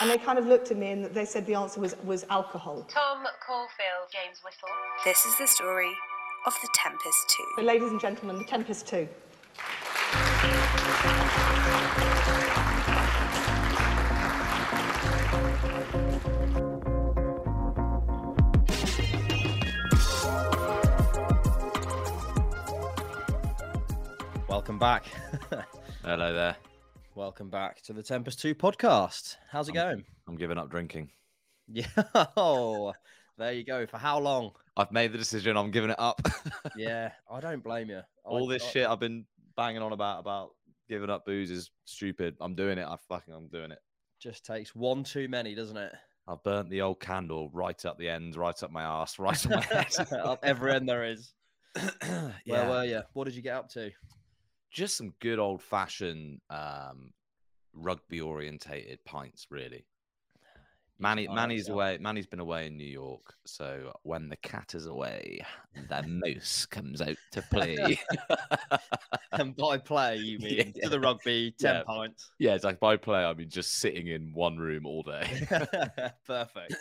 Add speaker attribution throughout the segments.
Speaker 1: And they kind of looked at me and they said the answer was, was alcohol.
Speaker 2: Tom Caulfield, James Whistle.
Speaker 3: This is the story of The Tempest 2.
Speaker 1: So, ladies and gentlemen, The Tempest 2.
Speaker 4: Welcome back.
Speaker 5: Hello there.
Speaker 4: Welcome back to the Tempest 2 podcast. How's it going?
Speaker 5: I'm giving up drinking.
Speaker 4: Yeah. Oh, there you go. For how long?
Speaker 5: I've made the decision. I'm giving it up.
Speaker 4: Yeah, I don't blame you. I-
Speaker 5: All this
Speaker 4: I-
Speaker 5: shit I've been banging on about about giving up booze is stupid. I'm doing it. I fucking I'm doing it.
Speaker 4: just takes one too many, doesn't it?
Speaker 5: I've burnt the old candle right up the end, right up my ass, right up my head.
Speaker 4: Up every end there is.
Speaker 5: yeah.
Speaker 4: Where were you? What did you get up to?
Speaker 5: just some good old fashioned um, rugby orientated pints, really. Manny,
Speaker 4: Oh,
Speaker 5: Manny's
Speaker 4: yeah.
Speaker 5: away. Manny's been away in New York, so when the cat is away, the mouse comes out to play.
Speaker 4: And by play, you
Speaker 5: Yeah.
Speaker 4: mean to the rugby, 10
Speaker 5: Yeah.
Speaker 4: pints.
Speaker 5: yeah, it's like by play, I mean just sitting in one room all day.
Speaker 4: Perfect.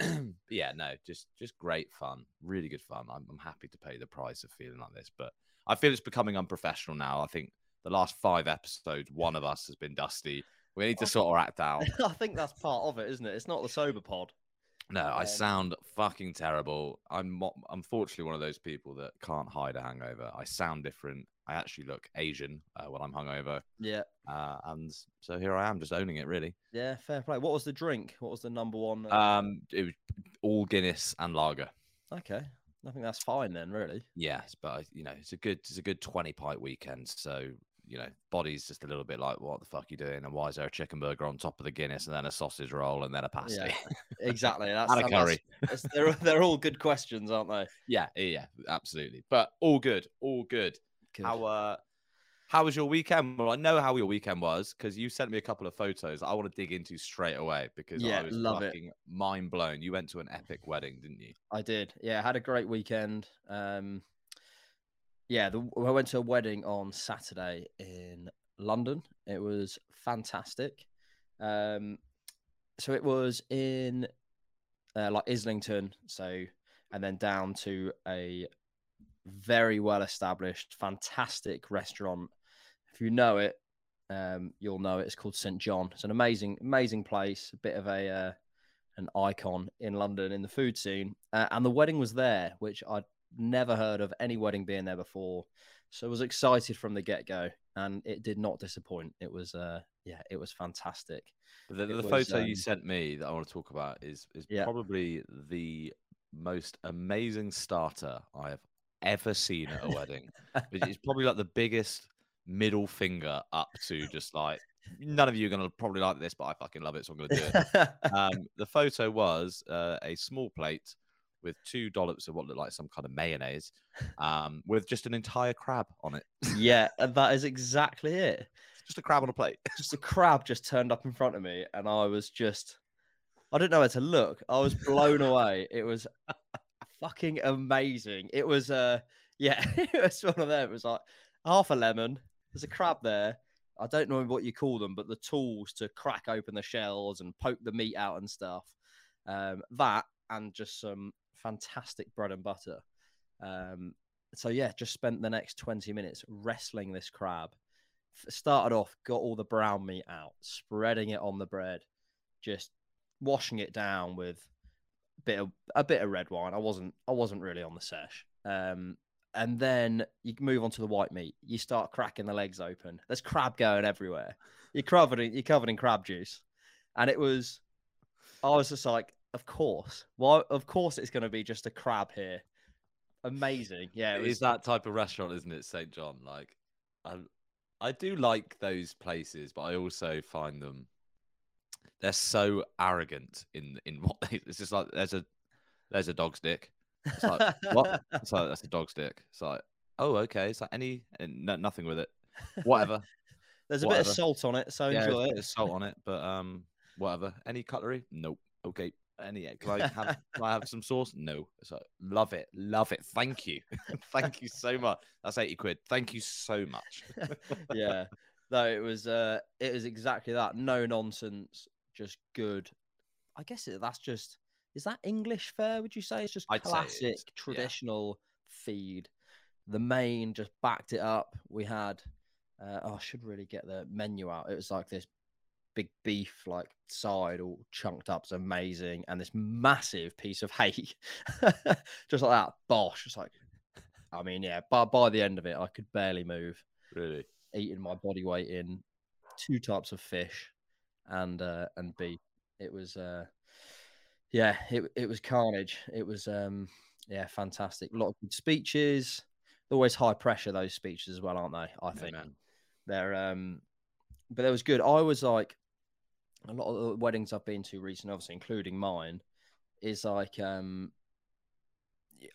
Speaker 5: yeah, no, just just great fun, really good fun. I'm, I'm happy to pay the price of feeling like this, but I feel it's becoming unprofessional now. I think the last five episodes, one of us has been dusty. We need to sort our act out.
Speaker 4: I think that's part of it, isn't it? It's not the sober pod.
Speaker 5: No, I
Speaker 4: Um,
Speaker 5: sound fucking terrible. I'm mo- unfortunately one of those people that can't hide a hangover. I sound different. I actually look Asian uh, when I'm hungover,
Speaker 4: Yeah.
Speaker 5: uh, and so here I am, just owning it. Really,
Speaker 4: Yeah, fair play. What was the drink? What was the number one? uh,
Speaker 5: um, it was all Guinness and lager.
Speaker 4: okay. I think that's fine then, really.
Speaker 5: Yes, but I- you know, it's a good, it's a good twenty pint weekend. So you know, body's just a little bit like, what the fuck you doing? And why is there a chicken burger on top of the Guinness, and then a sausage roll, and then a pasty?
Speaker 4: Yeah. Exactly. That's,
Speaker 5: And a
Speaker 4: that's- that's- they're, they're all good questions, aren't they?
Speaker 5: yeah, yeah, absolutely. But all good, all good. How uh, how was your weekend? Well, I know how your weekend was because you sent me a couple of photos. I want to dig into straight away because
Speaker 4: Yeah,
Speaker 5: I was
Speaker 4: love it.
Speaker 5: fucking mind blown. You went to an epic wedding, didn't you?
Speaker 4: I did. Yeah, I had a great weekend. Um, yeah, the, I went to a wedding on Saturday in London. It was fantastic. Um, so it was in uh, like Islington, so and then down to a very well established, fantastic restaurant. If you know it, um, you'll know it. It's called St John. It's an amazing, amazing place. A bit of a uh, an icon in London in the food scene. Uh, and the wedding was there, which I'd never heard of any wedding being there before. So I was excited from the get go, and it did not disappoint. It was, uh, yeah, it was fantastic.
Speaker 5: But the,
Speaker 4: It
Speaker 5: the
Speaker 4: was,
Speaker 5: photo
Speaker 4: um,
Speaker 5: you sent me that I want to talk about is is
Speaker 4: Yeah.
Speaker 5: probably the most amazing starter I have ever seen at a wedding. It- it's probably like the biggest middle finger up to just like none of you are gonna probably like this, but I fucking love it, so I'm gonna do it. um, the photo was uh, a small plate with two dollops of what looked like some kind of mayonnaise, um, with just an entire crab on it.
Speaker 4: yeah, and that is exactly it.
Speaker 5: Just a crab on a plate.
Speaker 4: Just a crab just turned up in front of me, and I was just, I didn't know where to look. I was blown away. It was fucking amazing. It was, uh, yeah, it was one of them. It was like half a lemon. There's a crab there. I don't know what you call them, but the tools to crack open the shells and poke the meat out and stuff. Um, that and just some fantastic bread and butter. Um, so yeah, just spent the next 20 minutes wrestling this crab. F- Started off, got all the brown meat out, spreading it on the bread, just washing it down with a bit of a bit of red wine. I wasn't I wasn't really on the sesh. Um, and then you move on to the white meat. You start cracking the legs open. There's crab going everywhere. You're covered in you're covered in crab juice, and it was. I was just like, of course. Well, of course it's going to be just a crab here. Amazing, yeah. It
Speaker 5: It is
Speaker 4: was,
Speaker 5: that type of restaurant, isn't it, St. John? Like, I, I do like those places, but I also find them they're so arrogant in in what they. It's just like there's a there's a dog's dick. It's like what? It's like that's a dog's dick. It's like oh okay. It's like any and no, nothing with it. Whatever.
Speaker 4: There's a bit
Speaker 5: whatever.
Speaker 4: of salt on it, so
Speaker 5: yeah,
Speaker 4: enjoy
Speaker 5: there's
Speaker 4: it.
Speaker 5: salt on it, but um, whatever. Any cutlery? Nope. Okay. Any? Can I have? can I have some sauce? No. So love it, love it. Thank you, thank you so much. That's eighty quid. Thank you so much.
Speaker 4: yeah. No, it was uh it was exactly that. No nonsense, just good I guess it, that's just is that English fare? Would you say it's just
Speaker 5: I'd say it is,
Speaker 4: classic
Speaker 5: yeah.
Speaker 4: traditional feed? The main just backed it up. We had uh, oh, I should really get the menu out. It was like this big beef like side all chunked up. It's amazing, and this massive piece of hay, just like that. Bosh, it's like. I mean, yeah, by, by the end of it, I could barely move
Speaker 5: Really?
Speaker 4: eating my body weight in two types of fish and uh and beef. It was uh yeah, it it was carnage. It was um yeah, fantastic. A lot of good speeches. They're Always high pressure those speeches as well, aren't they? I think
Speaker 5: man.
Speaker 4: they're um but that was good. I was like a lot of the weddings I've been to recently, obviously including mine, is like um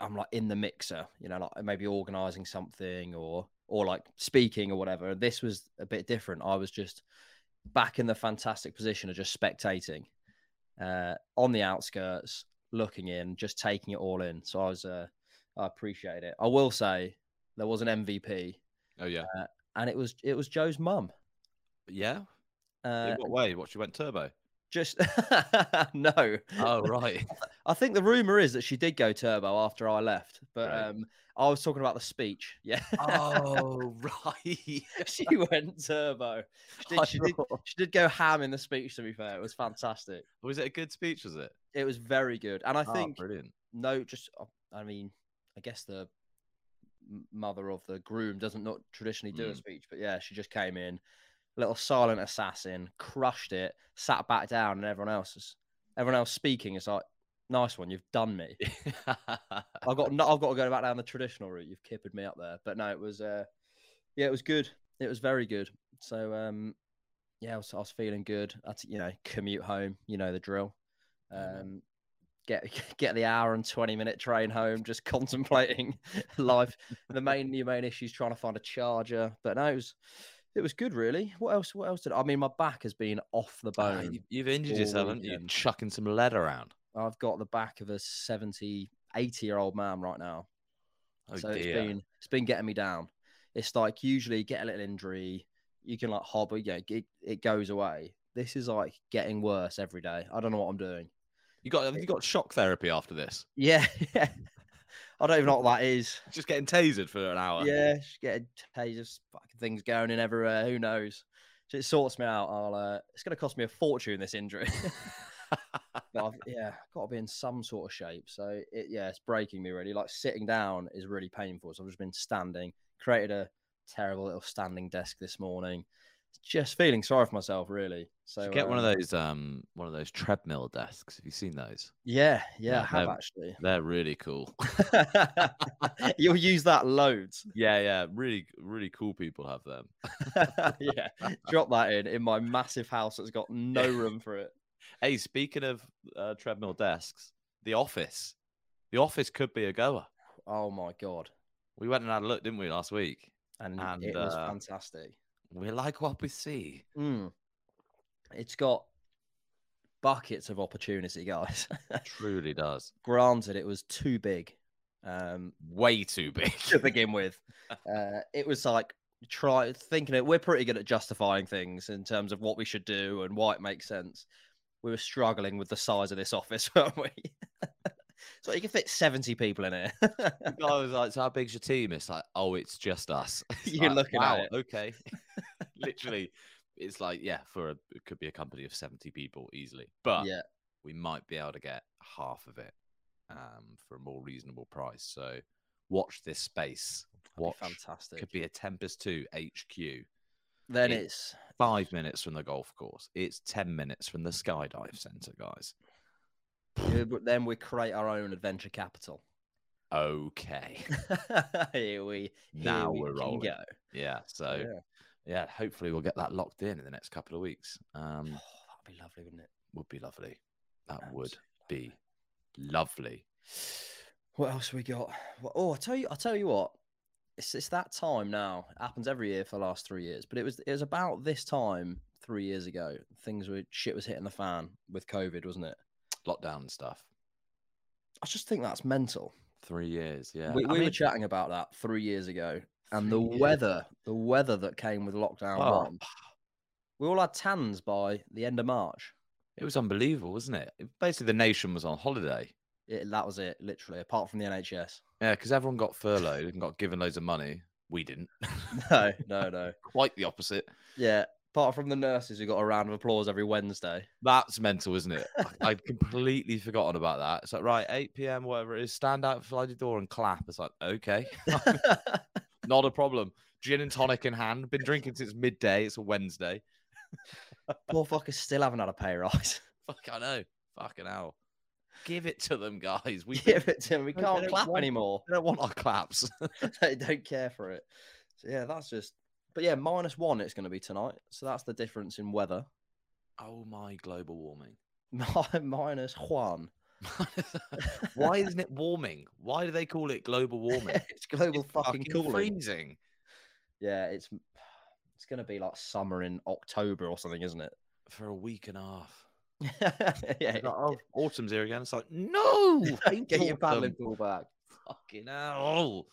Speaker 4: I'm like in the mixer, you know, like maybe organizing something or or like speaking or whatever. This was a bit different. I was just back in the fantastic position of just spectating, uh, on the outskirts, looking in, just taking it all in. So I was, uh, I appreciate it. I will say there was an MVP,
Speaker 5: Oh yeah.
Speaker 4: and it was it was Joe's mum.
Speaker 5: Yeah.
Speaker 4: Uh,
Speaker 5: In what way? What she went turbo?
Speaker 4: just no,
Speaker 5: Oh right.
Speaker 4: I think the rumor is that she did go turbo after I left, but
Speaker 5: Right.
Speaker 4: um, I was talking about the speech. Yeah,
Speaker 5: oh right.
Speaker 4: she went turbo. She did, she, did, she did go ham in the speech. To be fair, it was fantastic.
Speaker 5: Was it a good speech? Was it?
Speaker 4: It was very good, and I
Speaker 5: Ah,
Speaker 4: think
Speaker 5: brilliant.
Speaker 4: no, just uh, I mean, I guess the m- mother of the groom doesn't not traditionally do a
Speaker 5: Mm.
Speaker 4: speech, but yeah, she just came in, little silent assassin, crushed it, sat back down, and everyone else is everyone else speaking is like, nice one, you've done me. I've got no, I've got to go back down the traditional route. You've kippered me up there, but no, it was uh, yeah, it was good. It was very good. So um, yeah, I was, I was feeling good. I had to, you know, commute home. You know the drill.
Speaker 5: Yeah,
Speaker 4: Um, get get the hour and twenty minute train home. Just contemplating life. The main the main issue is trying to find a charger. But no, it was it was good really. What else? What else did I mean? My back has been off the
Speaker 5: Ah,
Speaker 4: bone.
Speaker 5: you, you've injured
Speaker 4: all
Speaker 5: yourself, haven't you?
Speaker 4: weekend.
Speaker 5: Chucking some lead around.
Speaker 4: I've got the back of a 70, 80 year old man right now.
Speaker 5: Oh
Speaker 4: so it's
Speaker 5: dear.
Speaker 4: been it's been getting me down. It's like usually get a little injury, you can like hobble, yeah, it, it goes away. This is like getting worse every day. I don't know what I'm doing.
Speaker 5: You got have you got shock therapy after this?
Speaker 4: Yeah, yeah. I don't even know what that is.
Speaker 5: Just getting tasered for an hour.
Speaker 4: Yeah, just getting tasers, fucking things going in everywhere. Who knows? So it sorts me out. I'll. Uh, it's going to cost me a fortune this injury. but I've, yeah, got to be in some sort of shape. So it, yeah, it's breaking me really. Like sitting down is really painful. So I've just been standing. Created a terrible little standing desk this morning. Just feeling sorry for myself really. So
Speaker 5: Should get one of
Speaker 4: um,
Speaker 5: those um one of those treadmill desks. Have you seen those?
Speaker 4: Yeah, yeah,
Speaker 5: Yeah,
Speaker 4: I have
Speaker 5: no.
Speaker 4: actually.
Speaker 5: They're really cool.
Speaker 4: You'll use that loads.
Speaker 5: yeah, yeah. Really really cool people have them.
Speaker 4: yeah, drop that in in my massive house that's got no room for it.
Speaker 5: Hey, speaking of uh, treadmill desks, the office. The office could be a goer.
Speaker 4: Oh my god!
Speaker 5: We went and had a look, didn't we, last week?
Speaker 4: And,
Speaker 5: And,
Speaker 4: it was
Speaker 5: uh,
Speaker 4: fantastic.
Speaker 5: We like what we see.
Speaker 4: Mm. It's got buckets of opportunity, guys.
Speaker 5: Truly does.
Speaker 4: Granted, it was too big um,
Speaker 5: Way too big.
Speaker 4: to begin with. Uh, it was like try thinking it. We're pretty good at justifying things in terms of what we should do and why it makes sense. We were struggling with the size of this office, weren't we? so you can fit seventy people in here.
Speaker 5: The guy was like, "So how big's your team?" It's like, "Oh, it's just us." It's
Speaker 4: You're
Speaker 5: like,
Speaker 4: looking at
Speaker 5: "Wow,
Speaker 4: it."
Speaker 5: Okay. Literally, it's like, yeah, for a it could be a company of seventy people easily, but
Speaker 4: yeah,
Speaker 5: we might be able to get half of it um, for a more reasonable price. So, watch this space. Watch.
Speaker 4: fantastic.
Speaker 5: Could be a Tempest Two HQ.
Speaker 4: then
Speaker 5: it-
Speaker 4: it's
Speaker 5: Five minutes from the golf course. It's ten minutes from the skydive center, guys.
Speaker 4: yeah, but then we create our own adventure capital.
Speaker 5: Okay.
Speaker 4: here we here
Speaker 5: Now
Speaker 4: we
Speaker 5: we're
Speaker 4: can
Speaker 5: rolling.
Speaker 4: Go.
Speaker 5: yeah. So.
Speaker 4: yeah.
Speaker 5: yeah, hopefully we'll get that locked in in the next couple of weeks. Um,
Speaker 4: Oh, that'd be lovely, wouldn't it?
Speaker 5: would be lovely. That would
Speaker 4: Absolutely
Speaker 5: be lovely.
Speaker 4: What else we got? Wha- Oh, I tell you, I tell you what, it's it's that time now. It happens every year for the last three years, but it was it was about this time three years ago. Things were shit was hitting the fan with COVID, wasn't it?
Speaker 5: Lockdown and stuff.
Speaker 4: I just think that's mental.
Speaker 5: Three years, yeah.
Speaker 4: we
Speaker 5: I
Speaker 4: we were
Speaker 5: mean,
Speaker 4: chatting about that three years ago, and the
Speaker 5: three years.
Speaker 4: weather, the weather that came with lockdown
Speaker 5: Oh.
Speaker 4: one. We all had tans by the end of March.
Speaker 5: It was unbelievable, wasn't it? It- Basically, the nation was on holiday.
Speaker 4: It, that was it, literally, apart from the NHS.
Speaker 5: Yeah, because everyone got furloughed and got given loads of money. We didn't.
Speaker 4: No, no, no.
Speaker 5: Quite the opposite.
Speaker 4: Yeah, apart from the nurses who got a round of applause every Wednesday.
Speaker 5: That's mental, isn't it? I- I'd completely forgotten about that. It's like, right, 8 p.m., whatever it is, stand out outside your door and clap. It's like, okay, not a problem. Gin and tonic in hand, been drinking since midday. It's a Wednesday.
Speaker 4: Poor fuckers still haven't had a pay rise.
Speaker 5: Fuck, I know. Fucking hell. Give it to them, guys. We,
Speaker 4: Give
Speaker 5: been-
Speaker 4: it to 'em, We
Speaker 5: they don't
Speaker 4: can't clap
Speaker 5: want-
Speaker 4: anymore.
Speaker 5: we don't want our claps.
Speaker 4: they don't care for it. So yeah, that's just. But yeah, minus one. It's going to be tonight. So that's the difference in weather.
Speaker 5: oh, my global warming.
Speaker 4: minus one.
Speaker 5: Why isn't it warming? Why do they call it global warming?
Speaker 4: it's global
Speaker 5: It's
Speaker 4: fucking, cooling.
Speaker 5: freezing.
Speaker 4: Yeah, it's it's going to be like summer in October or something, isn't it?
Speaker 5: For a week and a half.
Speaker 4: yeah.
Speaker 5: It's like, oh, autumn's here again. It's like, no,
Speaker 4: Get your
Speaker 5: autumn.
Speaker 4: paddling pool back.
Speaker 5: Fucking hell.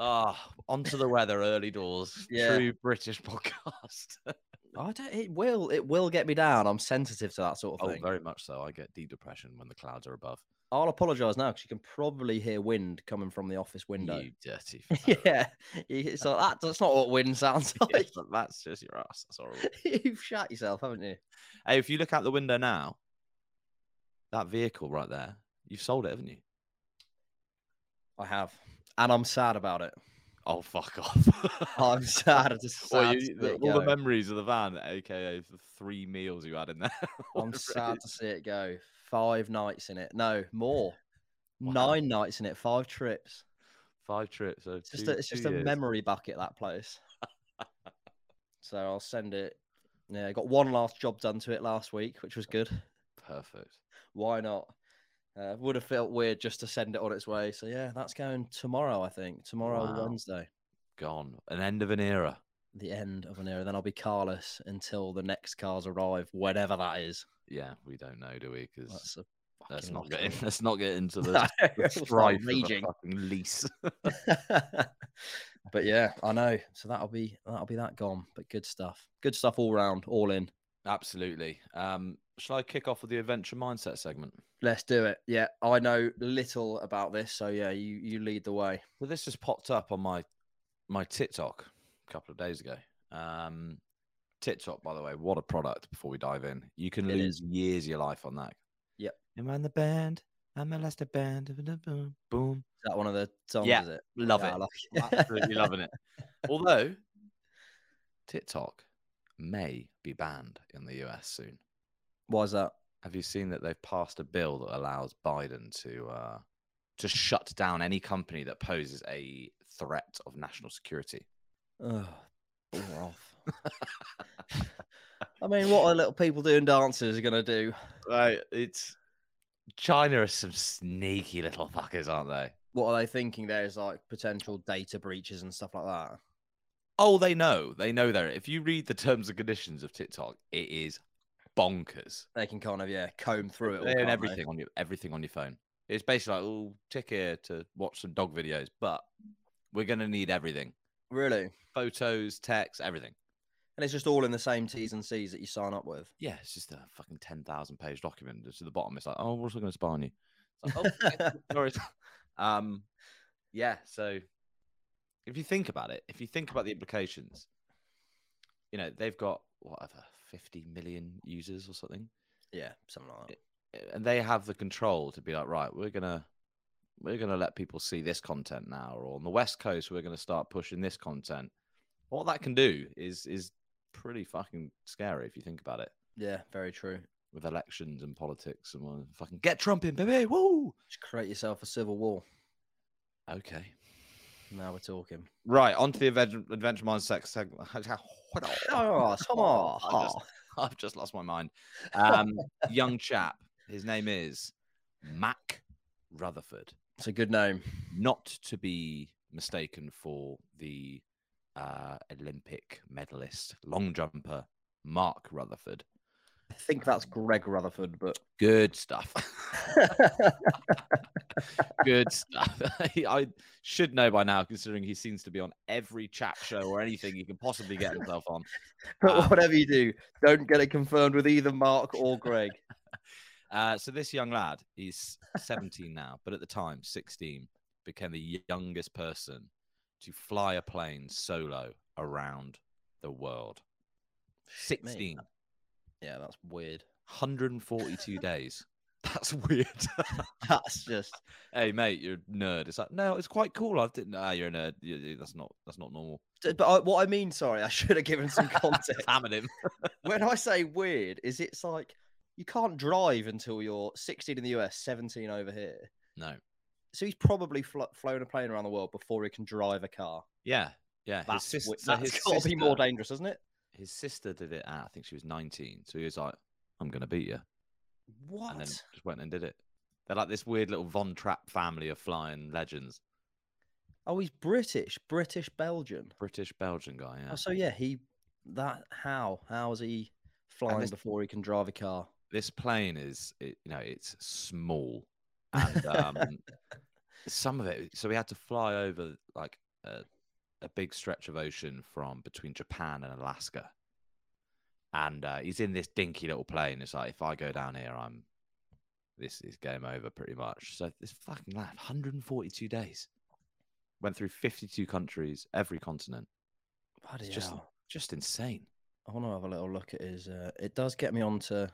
Speaker 5: Ah, onto the weather early doors.
Speaker 4: Yeah.
Speaker 5: True British podcast.
Speaker 4: I don't. It will. It will get me down. I'm sensitive to that sort of
Speaker 5: oh,
Speaker 4: thing.
Speaker 5: very much so. I get deep depression when the clouds are above.
Speaker 4: I'll apologise now because you can probably hear wind coming from the office window.
Speaker 5: You dirty.
Speaker 4: yeah, it's like that. That's not what wind sounds
Speaker 5: Yeah,
Speaker 4: like.
Speaker 5: but that's just your ass. That's horrible.
Speaker 4: You've shot yourself, haven't you?
Speaker 5: hey, if you look out the window now, that vehicle right there, you've sold it, haven't you?
Speaker 4: I have, and I'm sad about it.
Speaker 5: Oh, fuck off.
Speaker 4: I'm sad. I'm just
Speaker 5: Well,
Speaker 4: sad.
Speaker 5: you-
Speaker 4: to see
Speaker 5: the-
Speaker 4: it
Speaker 5: all the
Speaker 4: go.
Speaker 5: memories of the van, aka the three meals you had in there.
Speaker 4: I'm sad
Speaker 5: already.
Speaker 4: to see it go. Five nights in it. No, more.
Speaker 5: Wow.
Speaker 4: Nine nights in it. Five trips.
Speaker 5: Five trips. So
Speaker 4: It's just
Speaker 5: two-
Speaker 4: a, it's
Speaker 5: two
Speaker 4: just a
Speaker 5: years.
Speaker 4: memory bucket that place. so I'll send it. Yeah, I got one last job done to it last week, which was good.
Speaker 5: Perfect.
Speaker 4: Why not? Uh, would have felt weird just to send it on its way. So yeah, that's going tomorrow. I think tomorrow
Speaker 5: Wow.
Speaker 4: Wednesday.
Speaker 5: Gone. An end of an era.
Speaker 4: the end of an era. Then I'll be carless until the next cars arrive, whenever that is.
Speaker 5: Yeah, we don't know, do we? Because
Speaker 4: That's a
Speaker 5: let's
Speaker 4: fucking
Speaker 5: not get
Speaker 4: lottery.
Speaker 5: in, let's not get into
Speaker 4: No,
Speaker 5: the, the
Speaker 4: we'll start
Speaker 5: strife of a
Speaker 4: raging.
Speaker 5: fucking lease.
Speaker 4: but yeah, I know. So that'll be that'll be that gone. But good stuff. Good stuff all round, all in.
Speaker 5: Absolutely. Um, shall I kick off with the adventure mindset segment?
Speaker 4: Let's do it. Yeah, I know little about this, so yeah, you you lead the way.
Speaker 5: So this just popped up on my my TikTok a couple of days ago. Um, TikTok, by the way, what a product! Before we dive in, you can
Speaker 4: It
Speaker 5: lose years of your life on that.
Speaker 4: Yep.
Speaker 5: Am I in the band? I'm the last band. Boom, boom.
Speaker 4: Is that one of the songs?
Speaker 5: Yeah,
Speaker 4: is it?
Speaker 5: Love
Speaker 4: Yeah, I
Speaker 5: it.
Speaker 4: like
Speaker 5: Absolutely loving it. Although TikTok may be banned in the US soon.
Speaker 4: Why is that?
Speaker 5: Have you seen that they've passed a bill that allows Biden to uh, to shut down any company that poses a threat of national security?
Speaker 4: Oh, bore off. I mean, what are little people doing dancers going to do?
Speaker 5: Right, it's China are some sneaky little fuckers, aren't they?
Speaker 4: What are they thinking? There's like potential data breaches and stuff like that.
Speaker 5: Oh, they know. They know they're. If you read the terms and conditions of TikTok, it is bonkers.
Speaker 4: They can kind of yeah comb through it. all,
Speaker 5: They own
Speaker 4: can't they?
Speaker 5: everything on your everything on your phone. It's basically like, oh, tick here to watch some dog videos, but we're gonna need everything:
Speaker 4: Really,
Speaker 5: photos, text, everything.
Speaker 4: and it's just all in the same T's and C's that you sign up with.
Speaker 5: Yeah, it's just a fucking ten thousand page document. Just at the bottom, it's like, oh, we're also gonna spy on you. It's like, oh, okay, sorry. um, yeah. So if you think about it, if you think about the implications, you know they've got whatever fifty million users or something.
Speaker 4: Yeah, something like that.
Speaker 5: and they have the control to be like right we're gonna we're gonna let people see this content now or on the west coast we're gonna start pushing this content what that can do is is pretty fucking scary if you think about it
Speaker 4: Yeah, very true.
Speaker 5: with elections and politics and well, fucking get trump in baby woo
Speaker 4: Just create yourself a civil war.
Speaker 5: okay
Speaker 4: Now we're talking.
Speaker 5: right on to the adventure, adventure mind sex segment
Speaker 4: Oh, come on.
Speaker 5: I just- i've just lost my mind um young chap his name is mac rutherford
Speaker 4: It's a good name.
Speaker 5: not to be mistaken for the uh, Olympic medalist long jumper Mark Rutherford,
Speaker 4: I think that's Greg Rutherford, but
Speaker 5: Good stuff. Good stuff. I should know by now, considering he seems to be on every chat show or anything he can possibly get himself on.
Speaker 4: but
Speaker 5: Um,
Speaker 4: whatever you do, don't get it confirmed with either Mark or Greg.
Speaker 5: Uh, so this young lad, he's 17 now, but at the time, 16, became the youngest person to fly a plane solo around the world. 16,
Speaker 4: Yeah, that's weird.
Speaker 5: 142 days. That's weird.
Speaker 4: That's just
Speaker 5: hey, mate, you're a nerd. It's like, no, it's quite cool. I didn't. Ah, you're a nerd. You- you- That's not. That's not normal.
Speaker 4: D- But I, what I mean, sorry, I should have given some context.
Speaker 5: Hammered him.
Speaker 4: when I say weird, is it's like you can't drive until you're 16 in the US, 17 over here.
Speaker 5: No.
Speaker 4: So he's probably fl- flown a plane around the world before he can drive a car.
Speaker 5: Yeah. Yeah.
Speaker 4: That's,
Speaker 5: his
Speaker 4: wi-
Speaker 5: sis- so
Speaker 4: that's
Speaker 5: his
Speaker 4: got to be more
Speaker 5: sister-
Speaker 4: dangerous, isn't it?
Speaker 5: His sister did it at I think she was 19. So he was like, I'm gonna beat you.
Speaker 4: What?
Speaker 5: and then just went and did it. They're like this weird little Von Trapp family of flying legends.
Speaker 4: Oh, he's British, British Belgian.
Speaker 5: British Belgian guy, yeah.
Speaker 4: Oh, so yeah, he that how how is he flying
Speaker 5: this-
Speaker 4: before he can drive a car?
Speaker 5: This plane is, it, you know, it's small, and um, some of it. So we had to fly over like a, a big stretch of ocean from between Japan and Alaska. And uh, he's in this dinky little plane. It's like if I go down here, I'm this is game over pretty much. So this fucking lad, 142 days, went through 52 countries, every continent.
Speaker 4: Bloody
Speaker 5: It's just
Speaker 4: hell.
Speaker 5: just insane.
Speaker 4: I want to have a little look at his. Uh, it does get me on to.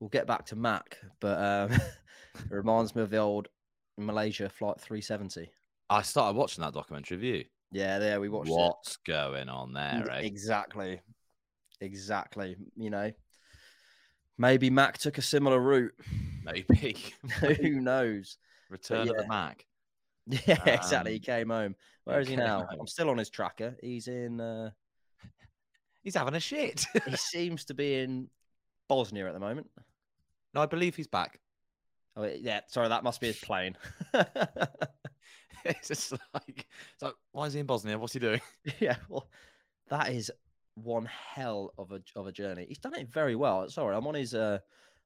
Speaker 4: We'll get back to Mac, but um, it reminds me of the old Malaysia Flight 370.
Speaker 5: I started watching that documentary of you.
Speaker 4: Yeah, there we watched it.
Speaker 5: What's going on there?
Speaker 4: N-
Speaker 5: Eh?
Speaker 4: Exactly. Exactly. You know, maybe Mac took a similar route.
Speaker 5: Maybe
Speaker 4: Who knows?
Speaker 5: Return of the Mac.
Speaker 4: Yeah, exactly. He
Speaker 5: Um,
Speaker 4: came home. Where is he
Speaker 5: came
Speaker 4: now?
Speaker 5: home.
Speaker 4: I'm still on his tracker. He's in. Uh,
Speaker 5: He's having a shit.
Speaker 4: he seems to be in Bosnia at the moment.
Speaker 5: no, I believe he's back.
Speaker 4: Oh, yeah. Sorry, that must be his plane.
Speaker 5: it's just like, it's like, why is he in Bosnia? What's he doing?
Speaker 4: Yeah, well, that is one hell of a of a journey. He's done it very well. Sorry, I'm on his uh,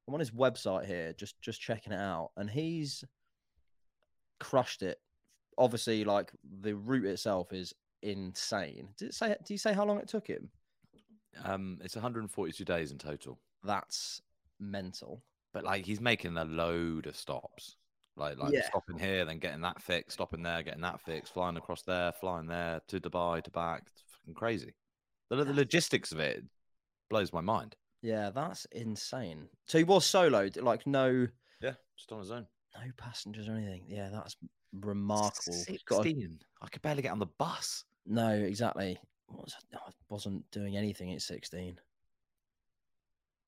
Speaker 4: I'm on his website here, just just checking it out, and he's crushed it. Obviously, like the route itself is insane. Did it say? Do you say how long it took him?
Speaker 5: Um, it's 142 days in total,
Speaker 4: That's mental.
Speaker 5: but like he's making a load of stops. Like, like
Speaker 4: Yeah.
Speaker 5: stopping here, then getting that fixed, stopping there, getting that fixed, flying across there, flying there to Dubai to back. It's fucking crazy. The, the logistics of it blows my mind.
Speaker 4: Yeah, that's insane. So he was solo, d- like no
Speaker 5: Yeah, just on his own.
Speaker 4: no passengers or anything. Yeah, that's remarkable. He's got a
Speaker 5: 16. I could barely get on the bus.
Speaker 4: No, exactly. What was I, I wasn't doing anything at 16.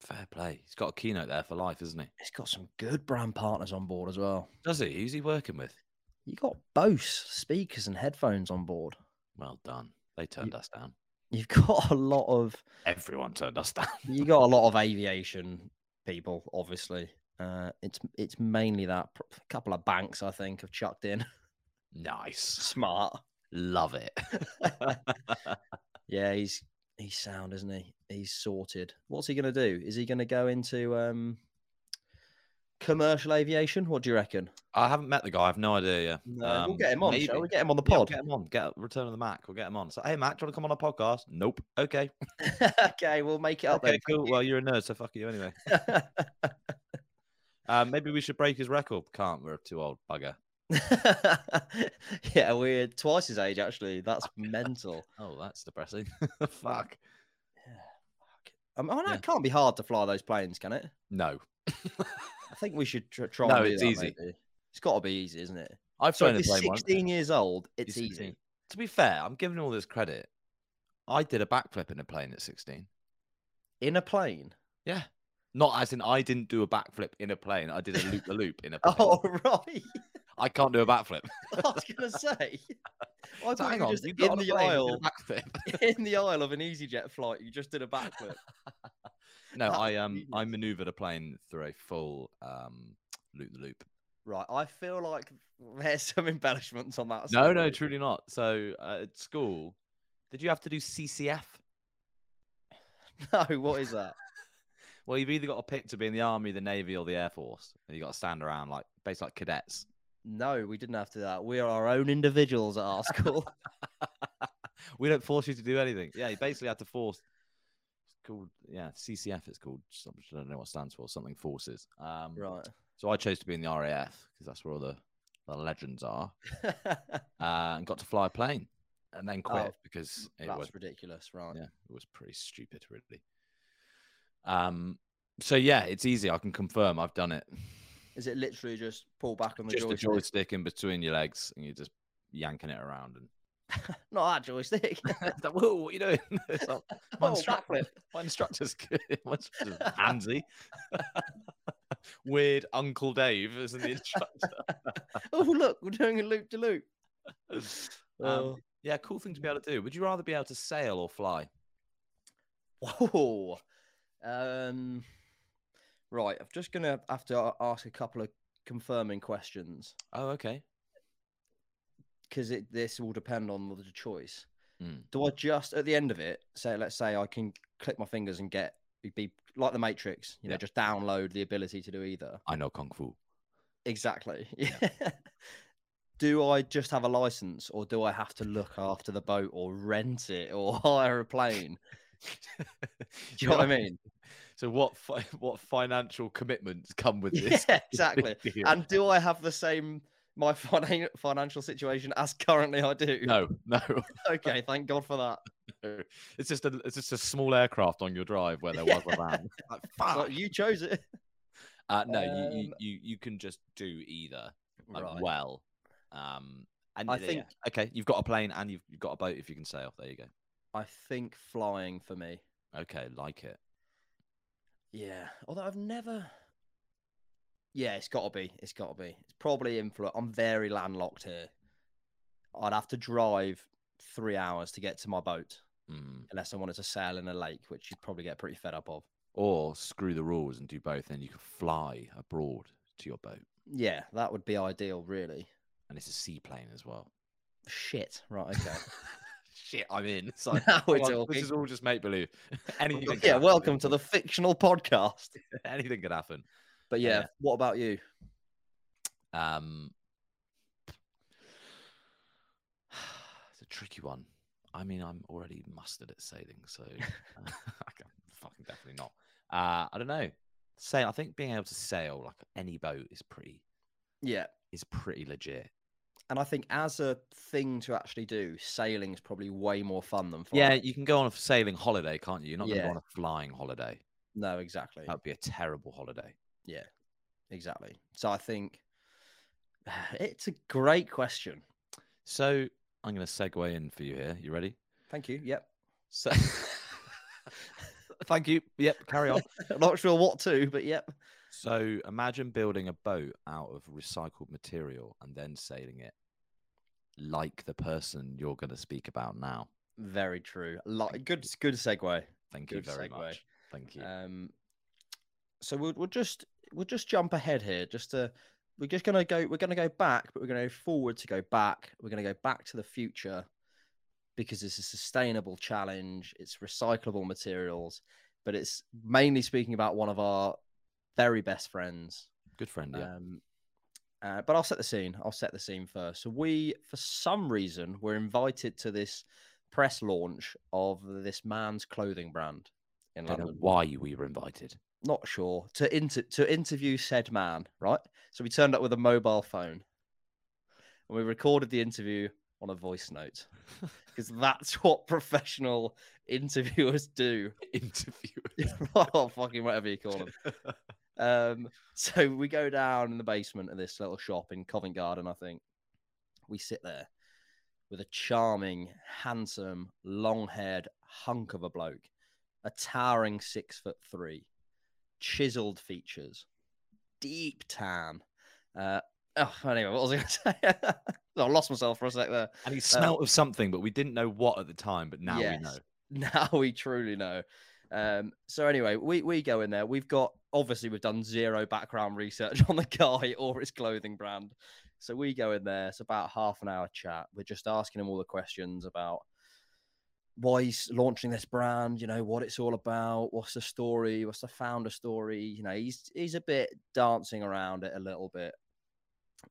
Speaker 5: Fair play. He's got a keynote there for life, isn't he?
Speaker 4: It's got some good brand partners on board as well.
Speaker 5: Does he? Who's he working with?
Speaker 4: You got Bose speakers and headphones on board.
Speaker 5: Well done. They turned us down.
Speaker 4: You've got a lot of
Speaker 5: Everyone turned us down.
Speaker 4: you got a lot of aviation people, obviously. Uh, it's it's mainly that Pro- a couple of banks I think have chucked in.
Speaker 5: nice.
Speaker 4: Smart.
Speaker 5: Love it.
Speaker 4: Yeah, he's he's sound, isn't he? He's sorted. What's he going to do? Is he going to go into um, commercial aviation? What do you reckon?
Speaker 5: I haven't met the guy. I have no idea. Yeah.
Speaker 4: No, we'll
Speaker 5: Um,
Speaker 4: get him on.
Speaker 5: maybe.
Speaker 4: Shall we get him on the
Speaker 5: Yeah, we'll
Speaker 4: pod?
Speaker 5: get him on. Get Return of the Mac. We'll get him on. So, hey, Mac, do you want to come on our podcast? Nope. Okay.
Speaker 4: okay, we'll make it up
Speaker 5: Okay,
Speaker 4: then.
Speaker 5: cool. Well, you're a nerd, so fuck you anyway. Um, maybe we should break his record. Can't. We're too old, bugger.
Speaker 4: yeah, we're twice his age actually. That's mental.
Speaker 5: Oh, that's depressing. fuck.
Speaker 4: I, mean, I know
Speaker 5: Yeah.
Speaker 4: it can't be hard to fly those planes, can it?
Speaker 5: No.
Speaker 4: I think we should tr- try.
Speaker 5: No,
Speaker 4: and do
Speaker 5: it's
Speaker 4: that,
Speaker 5: easy.
Speaker 4: maybe. It's got to be easy, isn't it?
Speaker 5: I've
Speaker 4: So
Speaker 5: flown
Speaker 4: if
Speaker 5: a
Speaker 4: you're
Speaker 5: plane once.
Speaker 4: 16 years old, it's
Speaker 5: You're
Speaker 4: easy.
Speaker 5: 16. To be fair, I'm giving him all this credit. I did a backflip in a plane at 16.
Speaker 4: In a plane.
Speaker 5: Yeah. Not as in I didn't do a backflip in a plane. I did a loop the loop in a plane.
Speaker 4: Oh right.
Speaker 5: I can't do a backflip.
Speaker 4: I was gonna say. I
Speaker 5: So
Speaker 4: thought
Speaker 5: hang
Speaker 4: you
Speaker 5: on,
Speaker 4: just
Speaker 5: you
Speaker 4: in
Speaker 5: got on a
Speaker 4: the
Speaker 5: plane and
Speaker 4: aisle,
Speaker 5: did a backflip.
Speaker 4: in the aisle of an EasyJet flight. You just did a backflip.
Speaker 5: No,
Speaker 4: That
Speaker 5: I
Speaker 4: was
Speaker 5: um I
Speaker 4: genius.
Speaker 5: maneuvered a plane through a full um loop the loop.
Speaker 4: Right, I feel like there's some embellishments on that.
Speaker 5: No, no,
Speaker 4: story.
Speaker 5: truly not. So uh, at school, did you have to do CCF?
Speaker 4: No, what is that?
Speaker 5: Well, you've either got to pick to be in the army, the navy, or the air force, and you got to stand around like basically like cadets.
Speaker 4: No, we didn't have to do that. We are our own individuals at our school.
Speaker 5: we don't force you to do anything. Yeah, you basically had to force. It's called yeah CCF. It's called. some- I don't know what it stands for. Something forces. Um,
Speaker 4: right.
Speaker 5: So I chose to be in the RAF because that's where all the, the legends are, uh, and got to fly a plane, and then quit
Speaker 4: Oh,
Speaker 5: because it
Speaker 4: That's
Speaker 5: was
Speaker 4: ridiculous, right?
Speaker 5: yeah, it was pretty stupid, really. Um. So yeah, it's easy. I can confirm. I've done it.
Speaker 4: Is it literally just pull back on the
Speaker 5: Just a
Speaker 4: joystick?
Speaker 5: joystick in between your legs, and you're just yanking it around. And
Speaker 4: Not that joystick.
Speaker 5: it's like, whoa, what are you doing? It's like, my,
Speaker 4: Oh,
Speaker 5: instructor, my instructor's good. My instructor's handsy. Weird Uncle Dave isn't the instructor.
Speaker 4: oh, look, we're doing a loop to loop. Oh,
Speaker 5: Um, yeah, cool thing to be able to do. Would you rather be able to sail or fly?
Speaker 4: Whoa. Um, right. I'm just going to have to a- ask a couple of confirming questions
Speaker 5: Oh, okay.
Speaker 4: because this will depend on the choice.
Speaker 5: Mm.
Speaker 4: Do I just, at the end of it, say, let's say I can click my fingers and get, it'd be like the Matrix, you know,
Speaker 5: Yeah.
Speaker 4: just download the ability to do either?
Speaker 5: I know kung fu.
Speaker 4: Exactly. Yeah. do I just have a license or do I have to look after the boat or rent it or hire a plane? Do you know what I mean?
Speaker 5: So what? Fi- what financial commitments come with this?
Speaker 4: Yeah, exactly.
Speaker 5: deal.
Speaker 4: And do I have the same my finan- financial situation as currently I do?
Speaker 5: no, no.
Speaker 4: Okay, thank God for that.
Speaker 5: It's just a it's just a small aircraft on your drive where there was a van. Like,
Speaker 4: It's
Speaker 5: fuck.
Speaker 4: like, you chose it.
Speaker 5: Uh, no, you, you
Speaker 4: Um,
Speaker 5: you you can just do either like, well. Um, and
Speaker 4: I
Speaker 5: yeah,
Speaker 4: think-
Speaker 5: yeah. okay, you've got a plane and you've you've got a boat if you can sail. There you go.
Speaker 4: I think flying for me.
Speaker 5: Okay, like it.
Speaker 4: Yeah. Although I've never Yeah, it's gotta be. It's gotta be. It's probably influ I'm very landlocked here. I'd have to drive three hours to get to my boat
Speaker 5: Mm.
Speaker 4: unless I wanted to sail in a lake, which you'd probably get pretty fed up of.
Speaker 5: Or screw the rules and do both, then you can fly abroad to your boat,
Speaker 4: Yeah, that would be ideal, really.
Speaker 5: and it's a seaplane as well.
Speaker 4: Shit. Right, okay.
Speaker 5: Shit, I'm in. It's like,
Speaker 4: Now we're
Speaker 5: hang on,
Speaker 4: talking.
Speaker 5: This is all just make believe. Anything. can
Speaker 4: yeah,
Speaker 5: happen.
Speaker 4: welcome to the fictional podcast.
Speaker 5: Anything could happen.
Speaker 4: But yeah,
Speaker 5: Yeah.
Speaker 4: what about you?
Speaker 5: Um, it's a tricky one. I mean, I'm already mustard at sailing, so uh, I'm fucking definitely not. Uh, I don't know. Sail. I think being able to sail like any boat is pretty
Speaker 4: Yeah.
Speaker 5: is pretty legit.
Speaker 4: And I think as a thing to actually do, sailing is probably way more fun than flying.
Speaker 5: Yeah, you can go on a sailing holiday, can't you? You're not going to
Speaker 4: Yeah.
Speaker 5: go on a flying holiday.
Speaker 4: No, exactly.
Speaker 5: That would be a terrible holiday.
Speaker 4: Exactly. So I think it's a great question.
Speaker 5: So I'm going to segue in for you here. You ready?
Speaker 4: Thank you. Yep.
Speaker 5: So, thank you. Yep, carry on.
Speaker 4: I'm not sure what to, but yep.
Speaker 5: So imagine building a boat out of recycled material and then sailing it like the person you're going to speak about now.
Speaker 4: Very true. Like good good segue.
Speaker 5: Thank
Speaker 4: Good
Speaker 5: you very
Speaker 4: segue.
Speaker 5: much. Thank you.
Speaker 4: Um so we'll we'll just we'll just jump ahead here just to we're just gonna go we're gonna go back, but we're gonna go forward to go back. We're gonna go back to the future because it's a sustainable challenge, it's recyclable materials, but it's mainly speaking about one of our very best friends,
Speaker 5: Good friend. Yeah.
Speaker 4: Um, uh, but I'll set the scene. I'll set the scene first. So we, for some reason, were invited to this press launch of this man's clothing brand in
Speaker 5: I don't know
Speaker 4: London.
Speaker 5: why we were invited.
Speaker 4: Not sure to inter- to interview said man, right? So we turned up with a mobile phone, and we recorded the interview on a voice note because that's what professional interviewers do
Speaker 5: Interviewers.
Speaker 4: oh, fucking whatever you call them. Um, so we go down in the basement of this little shop in Covent Garden, I think. We sit there with a charming, handsome, long haired hunk of a bloke, a towering six foot three, chiseled features, deep tan. Uh, oh, anyway, what was I going to say? I lost myself for a sec there.
Speaker 5: and he smelt of something, but we didn't know what at the time, but now
Speaker 4: Yes.
Speaker 5: we know.
Speaker 4: now we truly know. Um, so anyway, we, we go in there. We've got obviously we've done zero background research on the guy or his clothing brand. So we go in there. It's about half an hour chat. We're just asking him all the questions about why he's launching this brand, you know, what it's all about, what's the story, what's the founder story. You know, he's he's a bit dancing around it a little bit.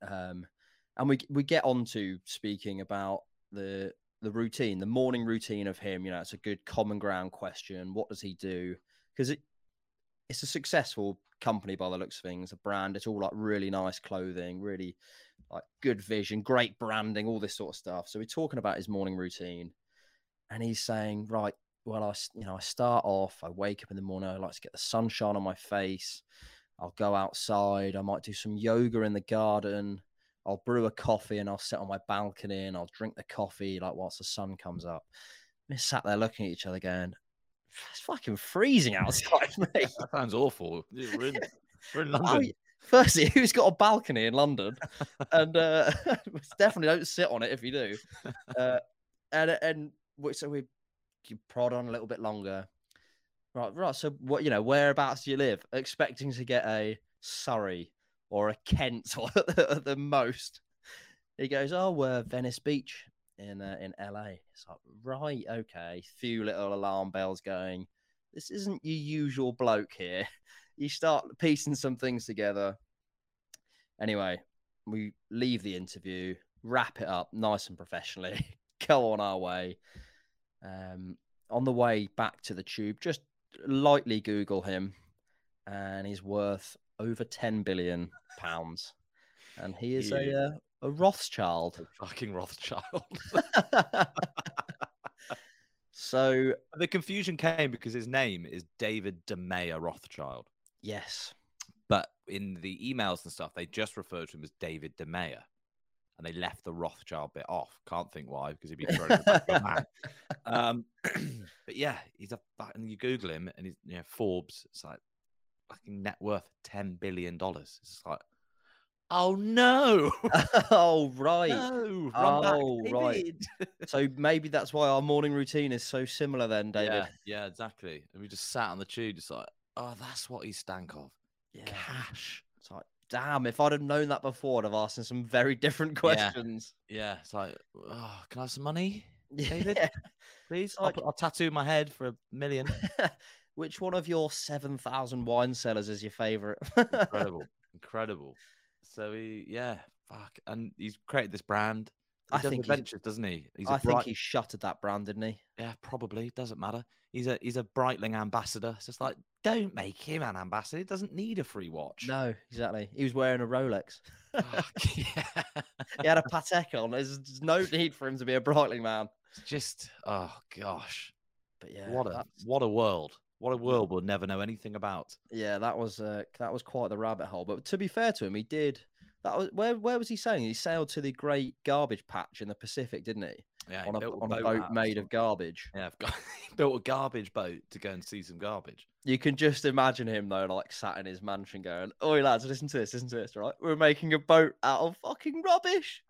Speaker 4: Um, and we we get on to speaking about the the routine, the morning routine of him. You know, it's a good common ground question. What does he do? Because it it's a successful company by the looks of things, a brand. It's all like really nice clothing, really like good vision, great branding, all this sort of stuff. So we're talking about his morning routine, and he's saying, right, well, I s- you know I start off, I wake up in the morning, I like to get the sunshine on my face. I'll go outside. I might do some yoga in the garden. I'll brew a coffee and I'll sit on my balcony and I'll drink the coffee like whilst the sun comes up. And they sat there looking at each other, going, "It's fucking freezing outside, mate."
Speaker 5: That sounds awful. Yeah, We're in, we're in
Speaker 4: Oh,
Speaker 5: London.
Speaker 4: yeah. Firstly, who's got a balcony in London? and uh, definitely don't sit on it if you do. Uh, and and we- so we you prod on a little bit longer. Right, right. So what you know, whereabouts do you live? Expecting to get a Surrey or a Kent or at the, at the most. He goes, oh, we're Venice Beach in uh, in LA. It's like right, okay. Few little alarm bells going. This isn't your usual bloke here you start piecing some things together. Anyway, we leave the interview, wrap it up nice and professionally, go on our way. Um, on the way back to the tube, just lightly Google him, and he's worth over ten billion pounds, and he is a
Speaker 5: Yeah.
Speaker 4: uh, a Rothschild.
Speaker 5: Fucking Rothschild.
Speaker 4: so
Speaker 5: the confusion came because his name is David DeMeyer Rothschild.
Speaker 4: yes,
Speaker 5: But in the emails and stuff, they just referred to him as David DeMeyer. And they left the Rothschild bit off. Can't think why, because he'd be thrown in the back of a van. Um, but yeah, he's a fu- and you Google him and he's you know, Forbes, it's like fucking net worth ten billion dollars. It's just like, oh no,
Speaker 4: oh right.
Speaker 5: no, run back,
Speaker 4: Oh, right.
Speaker 5: David."
Speaker 4: so maybe that's why our morning routine is so similar then, David.
Speaker 5: Yeah, yeah, exactly. And we just sat on the tube, just like, oh, that's what he stank of. Cash.
Speaker 4: It's like, damn, if I'd have known that before, I'd have asked him some very different questions.
Speaker 5: Yeah, it's like, oh, can I have some money, David?
Speaker 4: Yeah.
Speaker 5: Please,
Speaker 4: like-
Speaker 5: I'll, put- I'll tattoo my head for a million.
Speaker 4: Which one of your 7,000 wine cellars is your favorite?
Speaker 5: incredible, incredible. So he, yeah, fuck, and he's created this brand. He
Speaker 4: I
Speaker 5: does
Speaker 4: think he's-
Speaker 5: adventures, doesn't he? He's a
Speaker 4: I think
Speaker 5: bright-
Speaker 4: he shuttered that brand, didn't he?
Speaker 5: yeah, probably doesn't matter. He's a he's a Breitling ambassador. It's just like, don't make him an ambassador. He doesn't need a free watch.
Speaker 4: No, exactly. He was wearing a Rolex.
Speaker 5: Fuck, yeah.
Speaker 4: He had a Patek on. There's there's no need for him to be a Breitling man.
Speaker 5: It's just, oh gosh,
Speaker 4: But yeah,
Speaker 5: what a
Speaker 4: that,
Speaker 5: what a world. What a world we'll never know anything about.
Speaker 4: yeah, that was uh, that was quite the rabbit hole. But to be fair to him, he did. That was where where was he saying he sailed to the great garbage patch in the Pacific, didn't he?
Speaker 5: Yeah, he
Speaker 4: on a,
Speaker 5: built
Speaker 4: on a
Speaker 5: out
Speaker 4: boat
Speaker 5: of
Speaker 4: made
Speaker 5: some-
Speaker 4: of garbage.
Speaker 5: Yeah, I've got built a garbage boat to go and see some garbage.
Speaker 4: You can just imagine him though, like sat in his mansion going, Oi lads, listen to this, listen to this, right? We're making a boat out of fucking rubbish.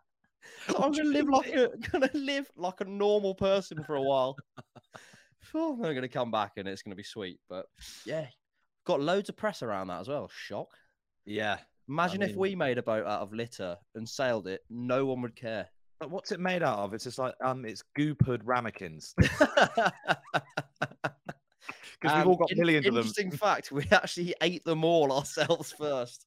Speaker 4: So I'm gonna live like a gonna live like a normal person for a while. Phew, I'm gonna come back and it's gonna be sweet. But yeah, got loads of press around that as well. Shock.
Speaker 5: Yeah.
Speaker 4: Imagine if
Speaker 5: mean-
Speaker 4: we made a boat out of litter and sailed it, no one would care.
Speaker 5: But what's it made out of? It's just like um it's gooped ramekins. Because we've
Speaker 4: Um,
Speaker 5: all got
Speaker 4: in-
Speaker 5: millions of them.
Speaker 4: Interesting fact, we actually ate them all ourselves first.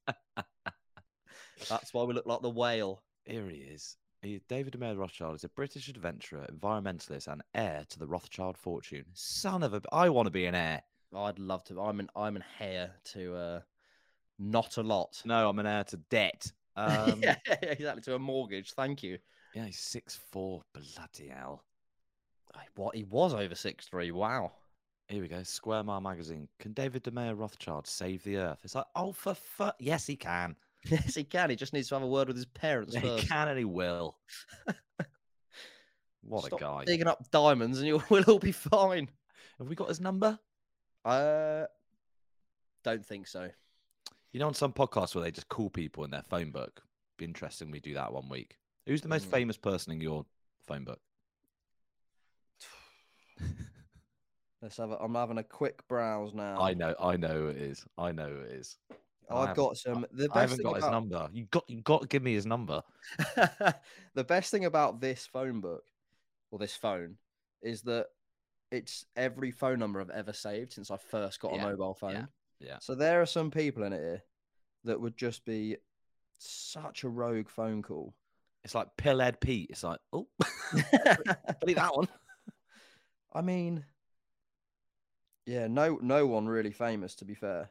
Speaker 4: That's why we look like the whale.
Speaker 5: Here he is. He, David Mayer Rothschild is a British adventurer, environmentalist, and heir to the Rothschild fortune. Son of a! b- I want to be an heir.
Speaker 4: Oh, I'd love to. I'm an I'm an heir to uh, not a lot.
Speaker 5: No, I'm an heir to debt. Um, yeah.
Speaker 4: yeah, exactly to a mortgage. Thank you.
Speaker 5: he's six four. Bloody hell!
Speaker 4: I- What he was over six three. Wow.
Speaker 5: Here we go. Square Mile magazine. Can David DeMayer Rothschild save the Earth? It's like, oh for fuck! Yes, he can.
Speaker 4: Yes, he can. He just needs to have a word with his parents
Speaker 5: He
Speaker 4: first.
Speaker 5: can and he will. what
Speaker 4: Stop
Speaker 5: a guy!
Speaker 4: Digging up diamonds, and you will all be fine.
Speaker 5: Have we got his number?
Speaker 4: Uh, don't think so.
Speaker 5: You know, on some podcasts where they just call people in their phone book. Be interesting. We do that one week. Who's the most
Speaker 4: Mm.
Speaker 5: famous person in your phone book?
Speaker 4: Let's have. A, I'm having a quick browse now.
Speaker 5: I know, I know who it is. I know who it is. I
Speaker 4: Um. Oh, I've
Speaker 5: haven't-
Speaker 4: got some. The best
Speaker 5: I haven't
Speaker 4: thing
Speaker 5: got his
Speaker 4: about-
Speaker 5: number. You got, you got to give me his number.
Speaker 4: the best thing about this phone book or this phone is that it's every phone number I've ever saved since I first got
Speaker 5: Yeah,
Speaker 4: a mobile phone.
Speaker 5: yeah.
Speaker 4: So there are some people in it here that would just be such a rogue phone call.
Speaker 5: It's like Pillhead Pete. It's like, oh, delete that one.
Speaker 4: I mean, yeah, no, no one really famous to be fair.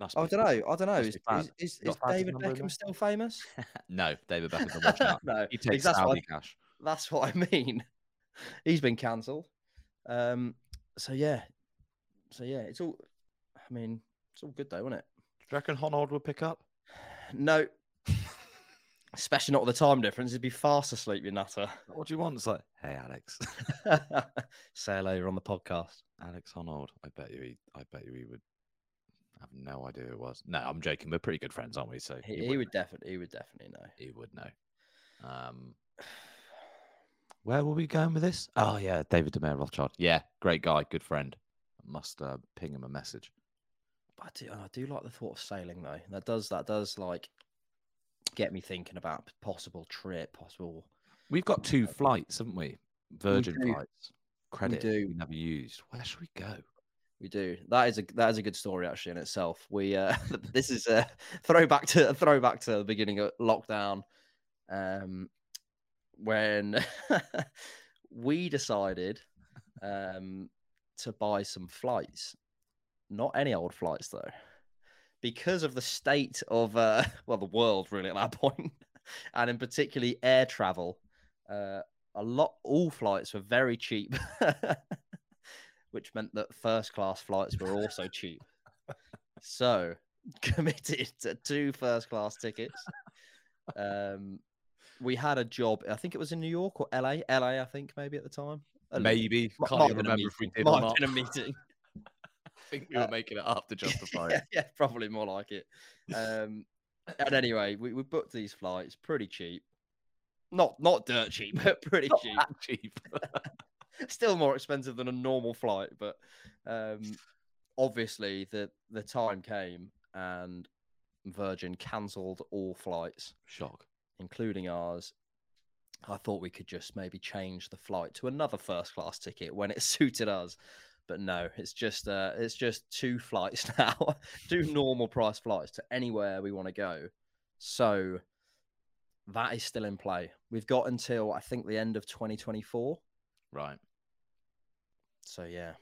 Speaker 5: Must
Speaker 4: I
Speaker 5: be.
Speaker 4: don't know. Oh, I don't know.
Speaker 5: Must
Speaker 4: Is,
Speaker 5: be bad.
Speaker 4: is, is,
Speaker 5: You
Speaker 4: is
Speaker 5: got a fancy
Speaker 4: David
Speaker 5: number in there?
Speaker 4: Beckham still famous?
Speaker 5: No, David Beckham. Watch out.
Speaker 4: no,
Speaker 5: He takes
Speaker 4: that's what,
Speaker 5: Saudi cash.
Speaker 4: that's what I mean. He's been cancelled. Um, so yeah, so yeah, it's all. I mean, it's all good though, isn't it?
Speaker 5: Do you reckon Honold would pick up?
Speaker 4: No, especially not with the time difference. He'd be fast asleep, you nutter.
Speaker 5: What do you want? It's like, hey, Alex,
Speaker 4: Say later on the podcast.
Speaker 5: Alex Honold. I bet you, he, I bet you, he would have no idea who it was. No, I'm joking. We're pretty good friends, aren't we? So
Speaker 4: He, he
Speaker 5: wouldn't
Speaker 4: would definitely, he would definitely know.
Speaker 5: know. he would know. Um, where were we going with this? Oh yeah, David Demare Rothschild. Yeah, great guy, good friend. I must uh, ping him a message.
Speaker 4: But I do, I do like the thought of sailing though. That does, that does like get me thinking about possible trip, possible.
Speaker 5: We've got two flights, haven't we? Virgin
Speaker 4: do.
Speaker 5: flights. Credit
Speaker 4: do.
Speaker 5: we never used. Where should we go?
Speaker 4: We do. That is a that is a good story actually in itself. We uh this is a throwback to a throwback to the beginning of lockdown. Um when we decided um to buy some flights. Not any old flights though. Because of the state of uh well the world really at that point, and in particularly air travel, uh a lot all flights were very cheap. which meant that first class flights were also cheap. So committed to two first class tickets. Um, we had a job. I think it was in New York or LA. LA, I think maybe at the time. A-
Speaker 5: Maybe.
Speaker 4: might-
Speaker 5: Can't
Speaker 4: might
Speaker 5: even
Speaker 4: have been a
Speaker 5: remember if we
Speaker 4: meeting.
Speaker 5: did
Speaker 4: Might
Speaker 5: or
Speaker 4: have
Speaker 5: not.
Speaker 4: been a meeting.
Speaker 5: I think we were making it up to justify
Speaker 4: uh, yeah,
Speaker 5: it.
Speaker 4: yeah, probably more like it. Um, and anyway, we, we booked these flights pretty cheap. Not not dirt cheap, but pretty
Speaker 5: Not
Speaker 4: cheap.
Speaker 5: that cheap.
Speaker 4: still more expensive than a normal flight, but um, obviously the the time came and Virgin cancelled all flights,
Speaker 5: Shock.
Speaker 4: including ours. I thought we could just maybe change the flight to another first class ticket when it suited us. But no, it's just uh, it's just two flights now, two normal price flights to anywhere we want to go. So that is still in play. We've got until I think the end of 2024
Speaker 5: Right.
Speaker 4: so yeah,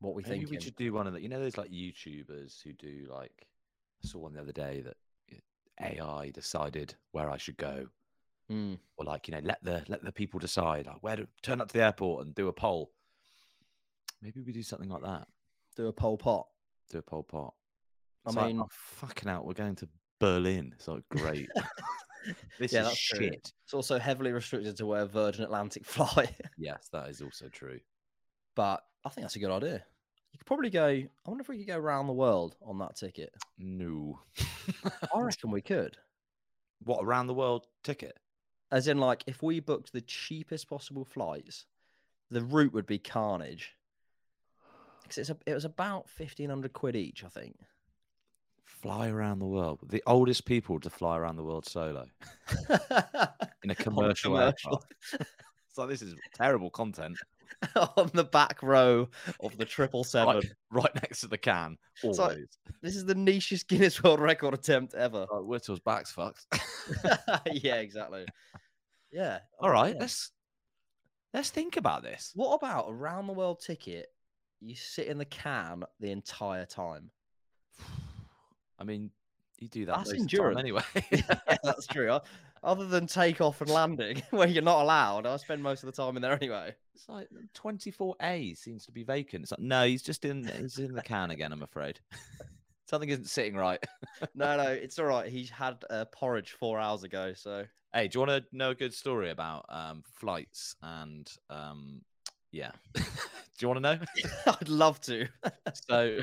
Speaker 4: what we
Speaker 5: Maybe
Speaker 4: think?
Speaker 5: we should do one of the, you know, those like YouTubers who do like, I saw one the other day that uh, AI decided where I should go,
Speaker 4: Hmm,
Speaker 5: or like, you know, let the let the people decide, like where to turn up to the airport and do a poll. Maybe we do something like that.
Speaker 4: do a poll pot.
Speaker 5: Do a poll pot.
Speaker 4: I
Speaker 5: It's like,
Speaker 4: mean-
Speaker 5: oh, fucking out, we're going to Berlin. It's like great. this
Speaker 4: Yeah,
Speaker 5: is
Speaker 4: that's true.
Speaker 5: shit.
Speaker 4: It's also heavily restricted to where Virgin Atlantic fly,
Speaker 5: Yes, that is also true.
Speaker 4: but I think that's a good idea. You could probably go. I wonder if we could go around the world on that ticket.
Speaker 5: No.
Speaker 4: I reckon we could.
Speaker 5: what around the world ticket?
Speaker 4: As in, like, if we booked the cheapest possible flights, the route would be carnage. Because it's a, it was about fifteen hundred quid each, I think.
Speaker 5: Fly around the world. The oldest people to fly around the world solo in a
Speaker 4: On
Speaker 5: commercial,
Speaker 4: commercial.
Speaker 5: aircraft. It's like this is terrible content.
Speaker 4: on the back row of the triple seven.
Speaker 5: Right, right next to the can. Always.
Speaker 4: like- This is the nichest Guinness World Record attempt ever.
Speaker 5: Like, Whittle's back's fucked.
Speaker 4: yeah, exactly. Yeah.
Speaker 5: All right,
Speaker 4: yeah.
Speaker 5: let's let's think about this.
Speaker 4: What about a round the world ticket? You sit in the can the entire time.
Speaker 5: I mean, you do that
Speaker 4: That's
Speaker 5: most of the time
Speaker 4: endurance.
Speaker 5: anyway.
Speaker 4: yeah, that's true. O- Other than takeoff and landing, where you're not allowed, I spend most of the time in there anyway.
Speaker 5: It's like twenty four A seems to be vacant. It's like no, he's just in he's in the can again. I'm afraid something isn't sitting right.
Speaker 4: No, no, it's all right. He had uh, porridge four hours ago, so
Speaker 5: Hey, do you want to know a good story about um, flights and um, yeah? do you want to know?
Speaker 4: I'd love to.
Speaker 5: so,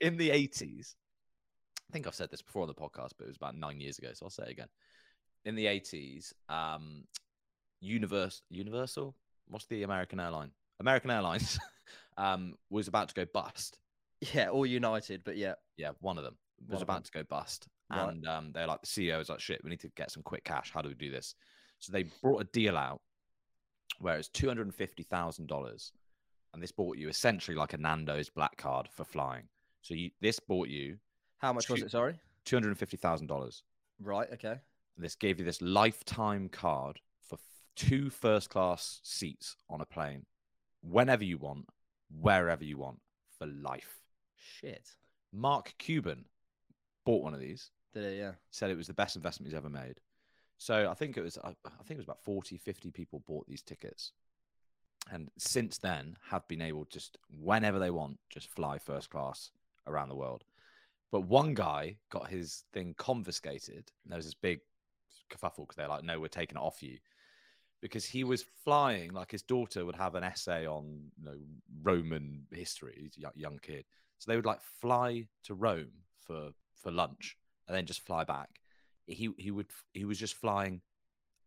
Speaker 5: in the eighties, I think I've said this before on the podcast, but it was about nine years ago, so I'll say it again. In the eighties, um, Univers- Universal, what's the American airline? American Airlines um, was about to go bust.
Speaker 4: Yeah, all united, but yeah,
Speaker 5: Yeah, one of them
Speaker 4: One
Speaker 5: was
Speaker 4: of
Speaker 5: about to go bust.
Speaker 4: Right.
Speaker 5: And um, they're like, the CEO is like, shit, we need to get some quick cash. How do we do this? So they brought a deal out where it's two hundred and fifty thousand dollars, and this bought you essentially like a Nando's black card for flying. So you, this bought you
Speaker 4: How much was
Speaker 5: Two-
Speaker 4: it? Sorry.
Speaker 5: two hundred and fifty thousand dollars.
Speaker 4: Right. Okay.
Speaker 5: This gave you this lifetime card for f- two first class seats on a plane, whenever you want, wherever you want, for life.
Speaker 4: Shit.
Speaker 5: Mark Cuban bought one of these.
Speaker 4: Did it? Yeah.
Speaker 5: said it was the best investment he's ever made. So I think it was I, I think it was about 40, 50 people bought these tickets. And since then have been able just whenever they want, just fly first class around the world. But one guy got his thing confiscated, and there was this big kerfuffle because they're like, no, we're taking it off you. Because he was flying, like his daughter would have an essay on you know, Roman history, he's a yo- young kid. So they would like fly to Rome for for lunch and then just fly back. He he would he was just flying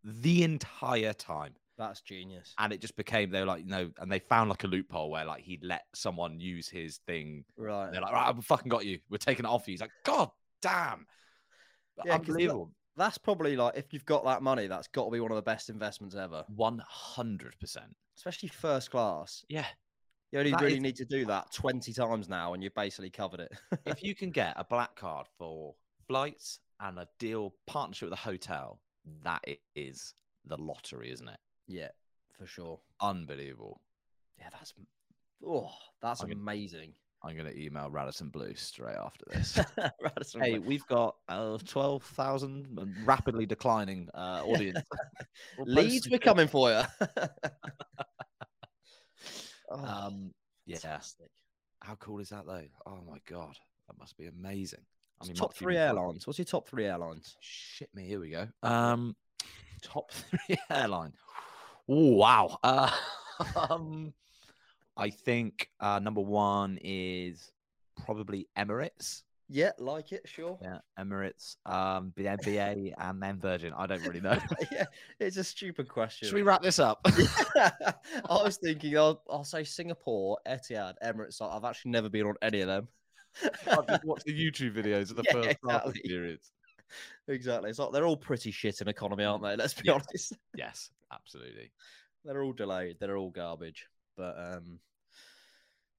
Speaker 5: the entire time,
Speaker 4: That's genius.
Speaker 5: and it just became they were like no, and they found like a loophole where like he'd let someone use his thing.
Speaker 4: Right.
Speaker 5: And they're like, right, we fucking got you. We're taking it off you. He's like, God damn,
Speaker 4: Yeah, 'cause that-
Speaker 5: unbelievable,
Speaker 4: That's probably like if you've got that money, that's got to be one of the best investments ever.
Speaker 5: one hundred percent.
Speaker 4: Especially first class.
Speaker 5: Yeah,
Speaker 4: You only
Speaker 5: That
Speaker 4: really
Speaker 5: is-
Speaker 4: need to do that twenty times now, and you've basically covered it.
Speaker 5: if you can get a black card for flights and a deal partnership with a hotel, that i- is the lottery, isn't it?
Speaker 4: yeah, for sure.
Speaker 5: Unbelievable.
Speaker 4: Yeah, that's oh, that's
Speaker 5: I mean-
Speaker 4: amazing.
Speaker 5: I'm gonna email Radisson Blue straight after this.
Speaker 4: Radisson
Speaker 5: hey,
Speaker 4: Blu-
Speaker 5: we've got uh, 12,000 and rapidly declining uh, audience. We'll post
Speaker 4: Leeds,
Speaker 5: some
Speaker 4: we're
Speaker 5: pic-
Speaker 4: coming for you. Oh,
Speaker 5: Um, yeah.
Speaker 4: fantastic.
Speaker 5: How cool is that, though? Oh my God. That must be amazing.
Speaker 4: What's
Speaker 5: mean,
Speaker 4: top
Speaker 5: Mark
Speaker 4: three
Speaker 5: Cuban's like,
Speaker 4: airlines. What's your top three airlines?
Speaker 5: Shit me. Here we go. Um, top three airline. Ooh, wow. Uh, um, I think uh, number one is probably Emirates.
Speaker 4: Yeah, like it, sure.
Speaker 5: Yeah, Emirates, um, BA, and then Virgin. I don't really know.
Speaker 4: yeah, it's a stupid question.
Speaker 5: Should we wrap this up?
Speaker 4: I was thinking I'll, I'll say Singapore, Etihad, Emirates. I- I've actually never been on any of them.
Speaker 5: I've just watched the YouTube videos of the
Speaker 4: Yeah,
Speaker 5: first half of the
Speaker 4: exactly.
Speaker 5: periods.
Speaker 4: exactly. It's like they're all pretty shit in economy, aren't they? Let's be
Speaker 5: Yeah.
Speaker 4: honest.
Speaker 5: Yes, absolutely.
Speaker 4: They're all delayed. They're all garbage. But um,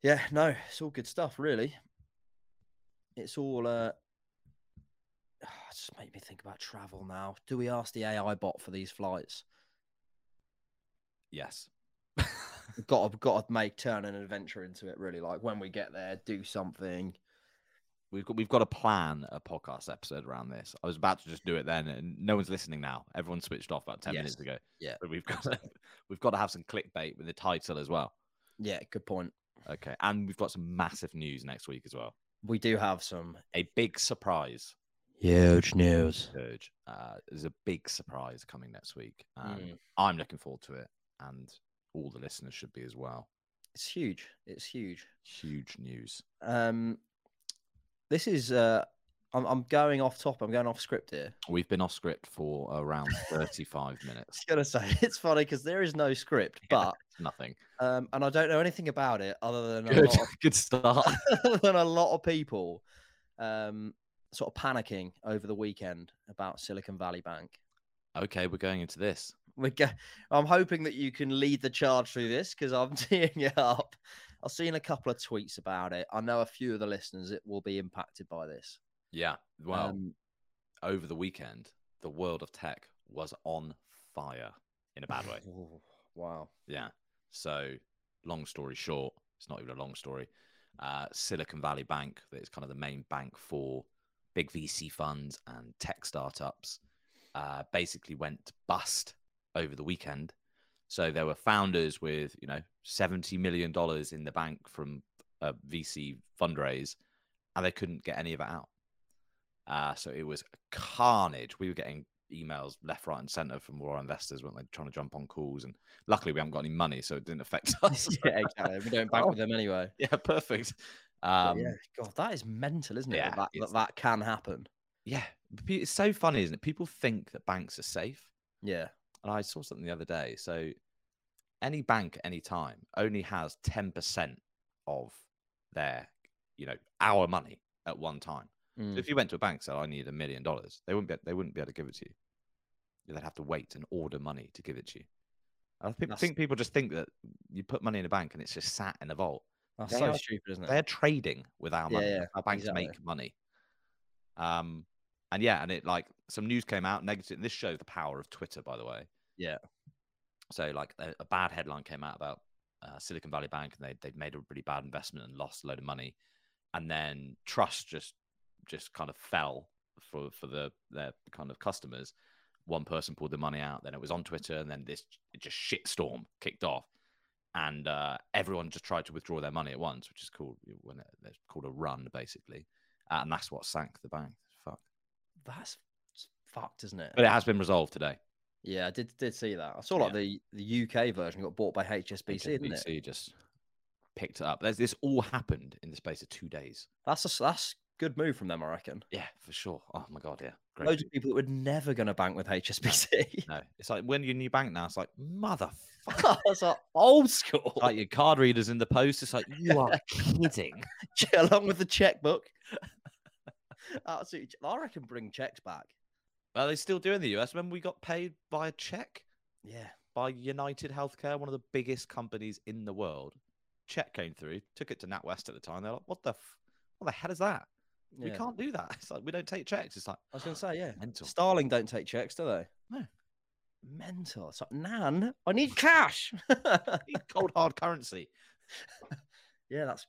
Speaker 4: yeah, no, it's all good stuff, really. It's all uh, it's just make me think about travel now. Do we ask the AI bot for these flights?
Speaker 5: Yes.
Speaker 4: We've got to, got to make turn an adventure into it, really. Like when we get there, do something.
Speaker 5: We've got we've got to plan a podcast episode around this. I was about to just do it then, and no one's listening now. Everyone switched off about ten
Speaker 4: Yes.
Speaker 5: minutes ago.
Speaker 4: Yeah.
Speaker 5: but we've got to, we've got to have some clickbait with the title as well.
Speaker 4: Yeah, good point.
Speaker 5: Okay, and we've got some massive news next week as well.
Speaker 4: We do have some
Speaker 5: A big surprise.
Speaker 4: huge news.
Speaker 5: Serge. Uh, there's a big surprise coming next week, and
Speaker 4: Mm.
Speaker 5: I'm looking forward to it, and all the listeners should be as well.
Speaker 4: It's huge. It's huge.
Speaker 5: Huge news.
Speaker 4: Um, this is uh, I'm, I'm going off top. I'm going off script here.
Speaker 5: We've been off script for around 35
Speaker 4: I was
Speaker 5: minutes.
Speaker 4: gonna say it's funny because there is no script,
Speaker 5: Yeah.
Speaker 4: but
Speaker 5: Nothing.
Speaker 4: um, and I don't know anything about it other than a
Speaker 5: Good,
Speaker 4: lot of,
Speaker 5: good start.
Speaker 4: other than a lot of people, um, sort of panicking over the weekend about Silicon Valley Bank.
Speaker 5: okay, we're going into this.
Speaker 4: We're go- I'm hoping that you can lead the charge through this because I'm teeing it up. I've seen a couple of tweets about it. I know a few of the listeners that will be impacted by this.
Speaker 5: Yeah. Well,
Speaker 4: Um,
Speaker 5: over the weekend, the world of tech was on fire in a bad way.
Speaker 4: ooh, oh, wow.
Speaker 5: Yeah. So, long story short, it's not even a long story. Uh, Silicon Valley Bank, that is kind of the main bank for big VC funds and tech startups, uh, basically went bust over the weekend. So there were founders with you know seventy million dollars in the bank from a VC fundraise, and they couldn't get any of it out. Uh, so it was carnage. We were getting emails left, right, and centre from all our investors, weren't they, trying to jump on calls and luckily we haven't got any money, so it didn't affect us.
Speaker 4: yeah, exactly. We don't bank with them anyway.
Speaker 5: yeah, perfect.
Speaker 4: Oh. But
Speaker 5: Um,
Speaker 4: yeah, God, that is mental, isn't it?
Speaker 5: yeah,
Speaker 4: that that,
Speaker 5: it's-
Speaker 4: that that can happen.
Speaker 5: yeah, but pe- it's so funny, isn't it? People think that banks are safe,
Speaker 4: Yeah.
Speaker 5: and I saw something the other day. So, any bank, at any time, only has ten percent of their, you know, our money at one time. So
Speaker 4: Mm.
Speaker 5: if you went to a bank and said, "I need a million dollars," they wouldn't be they wouldn't be able to give it to you. They'd have to wait and order money to give it to you. I think,
Speaker 4: That's-
Speaker 5: think people just think that you put money in a bank and it's just sat in a vault.
Speaker 4: That's
Speaker 5: They
Speaker 4: so
Speaker 5: are-
Speaker 4: stupid, isn't
Speaker 5: They're
Speaker 4: it?
Speaker 5: trading with our money.
Speaker 4: Yeah, yeah,
Speaker 5: That's how banks
Speaker 4: exactly.
Speaker 5: make money. Um, and yeah, and it like some news came out negative. This shows the power of Twitter, by the way.
Speaker 4: Yeah.
Speaker 5: So like a, a bad headline came out about uh, Silicon Valley Bank, and they they'd made a really bad investment and lost a load of money, and then trust just just kind of fell for for the their kind of customers. One person pulled the money out, then it was on Twitter, and then this just shitstorm kicked off, and uh, everyone just tried to withdraw their money at once, which is called when it- it's called a run basically, uh, and that's what sank the bank. Fuck.
Speaker 4: That's s- fucked, isn't it?
Speaker 5: But it has been resolved today.
Speaker 4: Yeah, I did did see that. I saw like the the UK version got bought by HSBC, didn't it?
Speaker 5: HSBC just picked it up. There's, this all happened in the space of two days.
Speaker 4: That's a s- that's good move from them, I reckon.
Speaker 5: Yeah, for sure. Oh my god, yeah.
Speaker 4: Loads of people that were never going to bank with HSBC.
Speaker 5: No, it's like when your new bank now. It's like motherfucker.
Speaker 4: That's like old school.
Speaker 5: It's like your card readers in the post. It's like you are kidding.
Speaker 4: along with the checkbook. Absolutely, ch- I reckon bring checks back.
Speaker 5: Are they still doing the US? Remember we got paid by a check
Speaker 4: Yeah,
Speaker 5: by United Healthcare, one of the biggest companies in the world. Check came through, took it to NatWest at the time. They're like, what the, f- what the hell is that? We
Speaker 4: yeah.
Speaker 5: can't do that. It's like we don't take checks. It's like "Ah,
Speaker 4: I was going to say, yeah.
Speaker 5: mental.
Speaker 4: Starling don't take checks, do they?
Speaker 5: No.
Speaker 4: Mental. It's like, Nan, I need cash. yeah,
Speaker 5: Need cold hard currency.
Speaker 4: that's.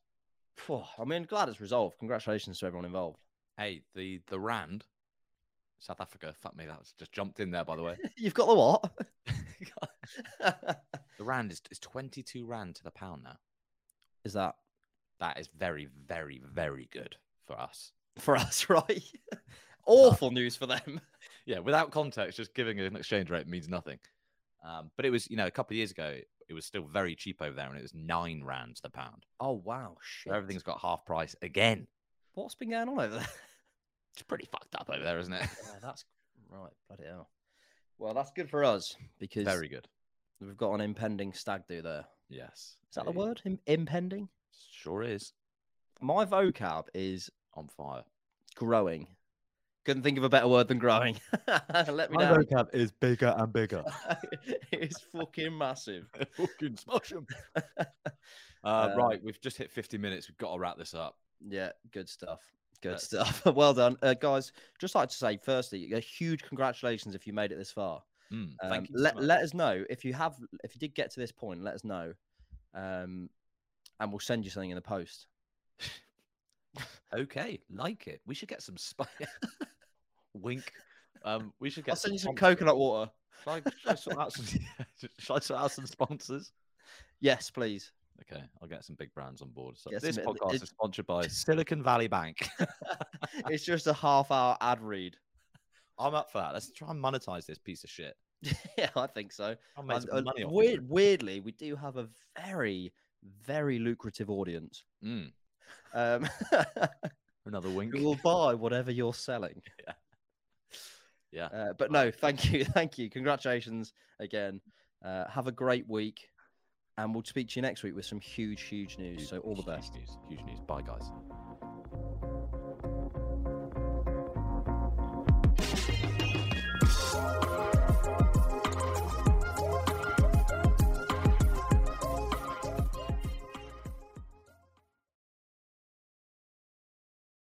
Speaker 4: Phew, I mean, glad it's resolved. Congratulations to everyone involved.
Speaker 5: Hey, the the rand, South Africa. Fuck me, that was just jumped in there. By the way,
Speaker 4: You've got the what?
Speaker 5: the rand is is twenty two rand to the pound now.
Speaker 4: Is that
Speaker 5: That is very, very, very good for us.
Speaker 4: for us, right? Awful news for them.
Speaker 5: yeah, without context, just giving an exchange rate means nothing. Um, but it was, you know, a couple of years ago, it was still very cheap over there, and it was nine rand to the pound.
Speaker 4: Oh wow,
Speaker 5: So
Speaker 4: shit.
Speaker 5: everything's got half price again.
Speaker 4: what's been going on over there?
Speaker 5: It's pretty fucked up over there, isn't it?
Speaker 4: Yeah, Oh, that's right, bloody hell. Well, that's good for us because
Speaker 5: very good.
Speaker 4: we've got an impending stag do there.
Speaker 5: Yes.
Speaker 4: Is that the
Speaker 5: it
Speaker 4: word? Im- impending?
Speaker 5: Sure is
Speaker 4: My vocab is
Speaker 5: on fire.
Speaker 4: growing. Couldn't think of a better word than growing. Let me know.
Speaker 5: vocab is bigger and bigger.
Speaker 4: it's fucking massive.
Speaker 5: Fucking smash 'em. Uh,
Speaker 4: Uh,
Speaker 5: right, we've just hit 50 minutes. We've got to wrap this up.
Speaker 4: Yeah, good stuff. Good
Speaker 5: That's-
Speaker 4: stuff. well done, uh, guys. Just like to say, firstly, a huge congratulations if you made it this far.
Speaker 5: Mm,
Speaker 4: Um,
Speaker 5: thank you. so
Speaker 4: let
Speaker 5: much.
Speaker 4: let us know if you have if you did get to this point. Let us know, um, and we'll send you something in the post.
Speaker 5: Okay, like it. We should get some spice. Wink. Um, we should get.
Speaker 4: I'll send you some
Speaker 5: sponsors.
Speaker 4: coconut water.
Speaker 5: Shall I, shall I sort out some? shall I sort out some sponsors?
Speaker 4: Yes, please.
Speaker 5: Okay, I'll get some big brands on board. So
Speaker 4: Get
Speaker 5: this
Speaker 4: some- it-
Speaker 5: podcast
Speaker 4: it-
Speaker 5: is sponsored by Silicon Valley Bank.
Speaker 4: it's just a half hour ad read.
Speaker 5: I'm up for that. Let's try and monetize this piece of shit.
Speaker 4: yeah, I think so.
Speaker 5: I'll make
Speaker 4: And, uh,
Speaker 5: some money off
Speaker 4: weird-
Speaker 5: it.
Speaker 4: weirdly, we do have a very very lucrative audience.
Speaker 5: Mm,
Speaker 4: Um,
Speaker 5: another wink.
Speaker 4: who will buy whatever you're selling.
Speaker 5: Yeah.
Speaker 4: Uh, but no, thank you, thank you. Congratulations again. Uh, have a great week, and we'll speak to you next week with some huge, huge news. So all the
Speaker 5: Huge
Speaker 4: best.
Speaker 5: News, huge news. Bye, guys.